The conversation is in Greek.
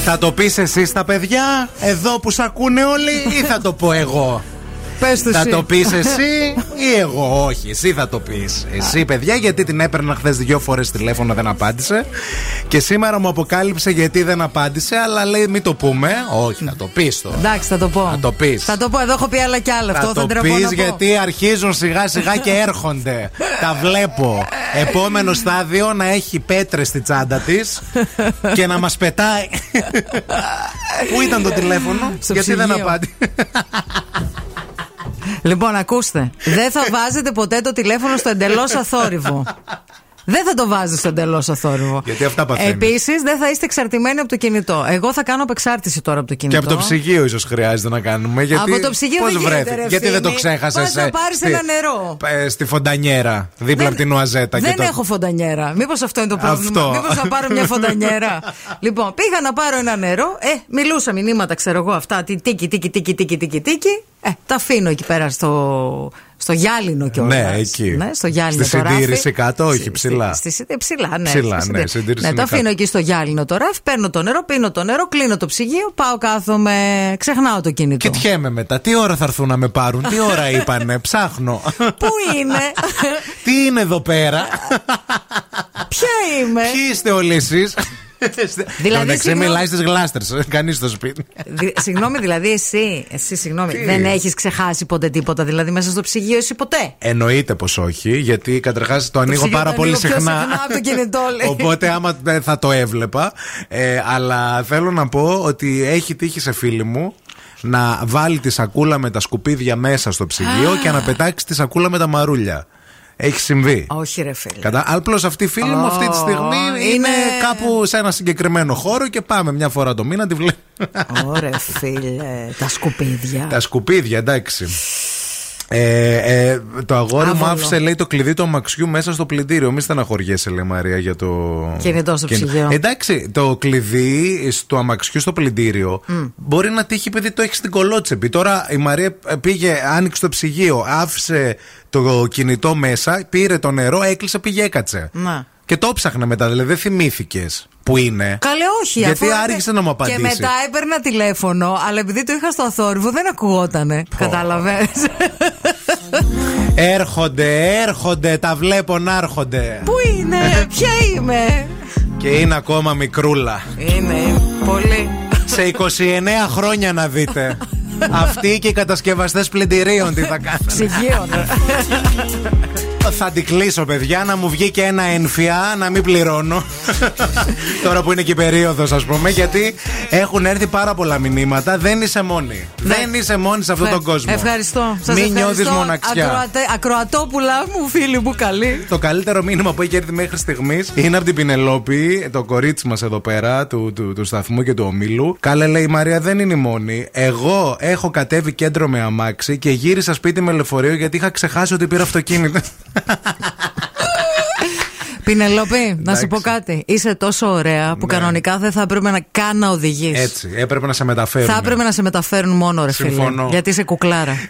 Θα το πεις εσύ στα παιδιά, εδώ που σ' ακούνε όλοι, ή θα το πω εγώ. Πες το θα εσύ. το πεις εσύ ή εγώ, όχι. Εσύ θα το πεις. Εσύ, παιδιά, γιατί την έπαιρνα χθες δύο φορές τηλέφωνο, δεν απάντησε. Και σήμερα μου αποκάλυψε γιατί δεν απάντησε, αλλά λέει μην το πούμε. Όχι, θα το πεις τώρα. Εντάξει, θα το πω. Θα το πεις. Θα το πω, εδώ έχω πει άλλα κι άλλα. Αυτό Θα το δεν τρεπώ πεις να πω. γιατί αρχίζουν σιγά σιγά και έρχονται. Τα βλέπω. Επόμενο στάδιο να έχει πέτρες στη τσάντα της και να μας πετάει. Πού ήταν το τηλέφωνο, Στο γιατί δεν ψυγείο. απάντησε. Λοιπόν, ακούστε. Δεν θα βάζετε ποτέ το τηλέφωνο στο εντελώς αθόρυβο. Δεν θα το βάζεις στο εντελώς αθόρυβο. Γιατί αυτά παθαίνεις. Επίσης, δεν θα είστε εξαρτημένοι από το κινητό. Εγώ θα κάνω απεξάρτηση τώρα από το Και κινητό. από το ψυγείο ίσως χρειάζεται να κάνουμε. Γιατί Από το ψυγείο πώς δεν γίνεται, βρέθηκε, ρε, Γιατί δεν το Ευθύμη. ξέχασες. Πας να πάρεις ένα νερό. ε, στη φοντανιέρα, δίπλα από την Ουαζέτα. δεν και το... έχω φοντανιέρα. Μήπως αυτό είναι το πρόβλημα. Αυτό. Μήπως να πάρω μια φοντανιέρα. λοιπόν, πήγα να πάρω ένα νερό. Ε, μιλούσα μηνύματα, ξέρω εγώ αυτά. Τι, τίκι, τίκι, τίκι, τίκι, τίκι, τίκι. Ε, τα αφήνω εκεί πέρα στο, στο γυάλινο κιόλας. Ναι, εκεί. Ναι, στο γυάλινο Στη το ράφι. συντήρηση κάτω, όχι, ψηλά. Στη, στη, στη- ψηλά, ναι. Ψηλά, στη ναι, συντήρηση. συντήρηση ναι, είναι το αφήνω κάτω. εκεί στο γυάλινο το ράφι. Παίρνω το νερό, πίνω το νερό, κλείνω το ψυγείο, πάω κάθομαι. Ξεχνάω το κινητό. Κοιτιέμαι μετά. Τι ώρα θα έρθουν να με πάρουν, τι ώρα είπανε, ψάχνω. Πού είναι, τι είναι εδώ πέρα, ποια είμαι. ποιοι είστε όλοι εσείς. Ε. Δηλαδή, Εντάξει, συγγνώμη. μιλάει στις γλάστρες, κανείς στο σπίτι. Δη- συγγνώμη, δηλαδή εσύ, εσύ συγγνώμη, Τι? δεν έχεις ξεχάσει ποτέ τίποτα. Δηλαδή μέσα στο ψυγείο, εσύ ποτέ. Εννοείται πως όχι, γιατί καταρχάς το ανοίγω ψυγείο πάρα το πολύ ανοίγω πιο συχνά. συχνά από το κινητό, λέει. Οπότε άμα ε, θα το έβλεπα. Ε, αλλά θέλω να πω ότι έχει τύχει σε φίλη μου να βάλει τη σακούλα με τα σκουπίδια μέσα στο ψυγείο και να πετάξει τη σακούλα με τα μαρούλια. Έχει συμβεί. Όχι, ρε φίλε. Κατά... Απλώς αυτή η φίλη μου Ω, αυτή τη στιγμή είναι... είναι κάπου σε ένα συγκεκριμένο χώρο και πάμε μια φορά το μήνα τη βλέπω. Ωρε φίλε, τα σκουπίδια. Τα σκουπίδια, εντάξει. Ε, ε, το αγόρι μου Άβολο. άφησε, λέει, το κλειδί του αμαξιού μέσα στο πλυντήριο. Μη στεναχωριέσαι, λέει Μαρία, για το. Κινητό στο ψυγείο. Εντάξει, το κλειδί του αμαξιού στο πλυντήριο μπορεί να τύχει επειδή το έχεις στην κολότσεπη. Τώρα η Μαρία ε, πήγε, άνοιξε το ψυγείο, άφησε το κινητό μέσα, πήρε το νερό, έκλεισε, πήγε, έκατσε. Να. Και το ψάχνε μετά, δηλαδή δεν θυμήθηκες που είναι. Καλέ, όχι. Γιατί αφού έπε- άρχισε να μου απαντήσει. Και μετά έπαιρνα τηλέφωνο, αλλά επειδή το είχα στο αθόρυβο δεν ακουγότανε. Κατάλαβες. Έρχονται, έρχονται, τα βλέπω να έρχονται. Πού είναι, ποια είμαι. Και είναι ακόμα μικρούλα. Είναι, είναι, πολύ. Σε 29 χρόνια να δείτε. Αυτοί και οι κατασκευαστές πλυντηρίων τι θα κάνουν. Ψυγείο, ναι. θα την κλείσω, παιδιά, να μου βγει και ένα ένφια, να μην πληρώνω. Τώρα που είναι και η περίοδος, ας πούμε, γιατί έχουν έρθει πάρα πολλά μηνύματα. Δεν είσαι μόνη. Ναι. Δεν είσαι μόνη σε αυτόν τον κόσμο. Ευχαριστώ. Σας Μην ευχαριστώ. νιώθεις μοναξιά. Ακροατε- ακροατόπουλα μου, φίλοι μου, καλή. Το καλύτερο μήνυμα που έχει έρθει μέχρι στιγμής είναι από την Πινελόπη, το κορίτσι μας εδώ πέρα, του, του, του σταθμού και του ομίλου. Κάλε λέει η Μαρία δεν είναι η μόνη. Εγώ έχω κατέβει κέντρο με αμάξι και γύρισα σπίτι με λεωφορείο γιατί είχα ξεχάσει ότι πήρα αυτοκίνητο. Πινελόπη, να σου Εντάξει. πω κάτι. Είσαι τόσο ωραία που Ναι. Ε, κανονικά δεν θα έπρεπε να καν να οδηγεί. Έτσι, έπρεπε να σε μεταφέρω. Θα έπρεπε να σε μεταφέρουν μόνο, ρε φίλε. ναι. Συμφωνώ. Γιατί είσαι κουκλάρα.